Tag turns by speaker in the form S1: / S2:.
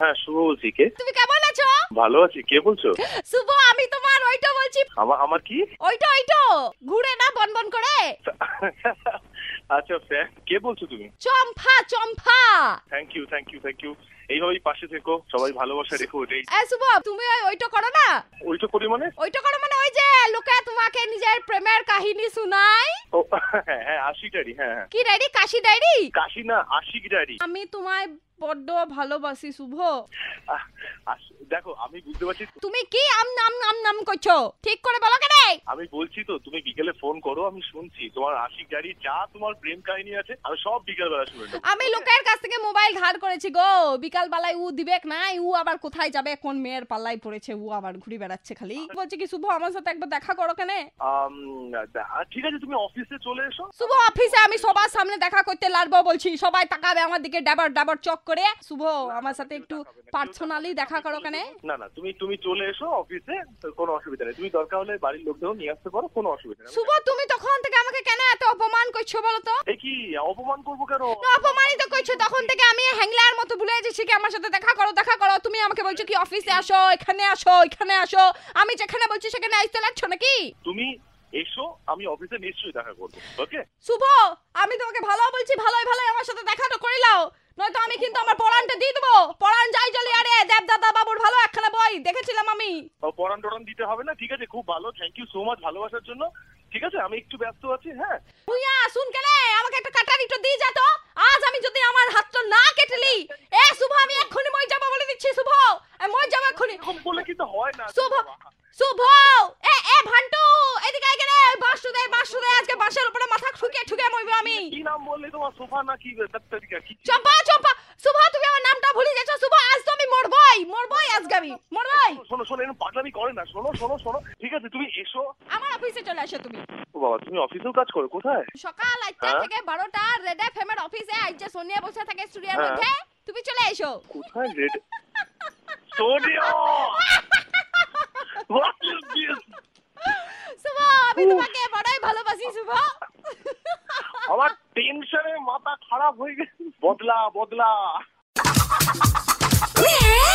S1: হ্যাঁ শুভবতী কে
S2: তুমি কেমন আছো
S1: ভালো আছি কে বলছো
S2: শুভ আমি তোমার ওইটা বলছি
S1: আমার আমার কি
S2: ওইটা ওইটা ঘুরে না বনবন করে
S1: আচ্ছা ফ্যান কে বলছো তুমি
S2: Champa Champa
S1: thank you thank you thank you এইভাবেই পাশে থেকো সবাই ভালোবাসা রেখো ওটাই
S2: এ শুভ তুমি ওই ওইটা করো না
S1: ওইটা করি মানে
S2: ওইটা করো মানে ওই যে লোকে তোমাকে নিজের প্রেমের কাহিনী শুনায়
S1: ও হ্যাঁ হ্যাঁ আশিটারি হ্যাঁ হ্যাঁ
S2: কি ডায়েরি কাশি ডায়েরি
S1: কাশি না আশিক ডারি
S2: আমি তোমায় বড্ড ভালোবাসি শুভ
S1: দেখো আমি বুঝতে পারছি
S2: তুমি কি আম নাম নাম নাম করছো ঠিক করে বলো কেন
S1: আমি বলছি তো তুমি বিকেলে ফোন করো আমি শুনছি তোমার আশিক ডারি যা তোমার প্রেম কাহিনী আছে আমি সব বিকেল বেলা শুনে নেবো
S2: আমি লোকের কাছ থেকে মোবাইল ধার করেছি গো বিকাল বেলায় উ দিবেক নাই উ আবার কোথায় যাবে কোন মেয়ের পাল্লায় পড়েছে উ আবার ঘুরে বেড়াচ্ছে খালি বলছে কি শুভ আমার সাথে একবার দেখা করো কেনে
S1: আম, দা- ঠিক আছে তুমি অফিসে চলে এসো
S2: শুভ অফিসে আমি সবার সামনে দেখা করতে লারবো বলছি সবাই তাকাবে আমার দিকে ডাবার ডাবার চক করে শুভ আমার সাথে একটু পার্সোনালি দেখা করো কেনে
S1: না না তুমি তুমি চলে এসো অফিসে তো কোনো অসুবিধা নেই তুমি দরকার হলে বাড়ির লোকদেরও নিয়ে আসতে পারো কোনো অসুবিধা নেই
S2: শুভ তুমি তখন থেকে আমাকে কেন এত অপমান করছো বলো তো
S1: এ কি অপমান করবো কেন
S2: না, অপমানিত করছো তখন থেকে আমি হ্যাংলার মতো ভুলে যাচ্ছি কি আমার সাথে দেখা করো দেখা করো তুমি আমাকে বলছো কি অফিসে আসো এখানে আসো এখানে আসো আমি যেখানে বলছি সেখানে আসতে লাগছো নাকি
S1: তুমি এসো আমি অফিসে নিশ্চয়ই দেখা করবো ওকে
S2: শুভ আমি তোমাকে ভালো বলছি ভালোই ভালোই আমার সাথে দেখা তো করে নাও নয়তো আমি কিন্তু আমার পড়ানটা দিয়ে দেবো পড়ান যাই চলি আরে দেবদাদা বাবুর ভালো একখানা বই দেখেছিলাম আমি
S1: পড়ান টরান দিতে হবে না ঠিক আছে খুব ভালো থ্যাংক ইউ সো মাচ ভালোবাসার জন্য ঠিক আছে আমি একটু ব্যস্ত আছি হ্যাঁ
S2: ভুইয়া শুন কেলে আমাকে একটা কাটারিটো দিয়ে যা তো আজ আমি যদি আমার হাতটা না কেটেলি এ শুভ আমি এক্ষুনি মই যাবো বলে দিচ্ছি শুভ মই যাবো এক্ষুনি
S1: এরকম বলে কিন্তু হয় না
S2: শুভ শুভ এ এ ভান্টু এদিকে আয় কেনে বাসু দে বাসু দে আজকে বাসের উপরে মাথা ঠুকে ঠুকে মইব আমি
S1: কি নাম বললে তোমার সোফা না কি তাত্তারিকা কি
S2: চম্পা চম্পা শুভ তুমি আমার নামটা ভুলে যাচ্ছ শুভ আজ তো আমি মরবই মরবই আজকে আমি মরবই
S1: শোনো শোনো এরকম পাগলামি করে না শোনো শোনো শোনো ঠিক আছে তুমি এসো
S2: আমার অফিসে চলে আসো তুমি
S1: ও বাবা তুমি অফিসেও কাজ করো কোথায়
S2: সকাল আটটা
S1: হ্যাঁ?
S2: থেকে বারোটা রেড এফ এম এর অফিসে আজ যে সোনিয়া বসে থাকে স্টুডিওর
S1: হ্যাঁ।
S2: মধ্যে তুমি চলে এসো
S1: কোথায় red Sonia What is this?
S2: Shubho আমি তোমাকে বড়ই ভালোবাসি শুভ
S1: আমার টেনশনে মাথা খারাপ হয়ে গেছে বদলা বদলা
S2: Yeah!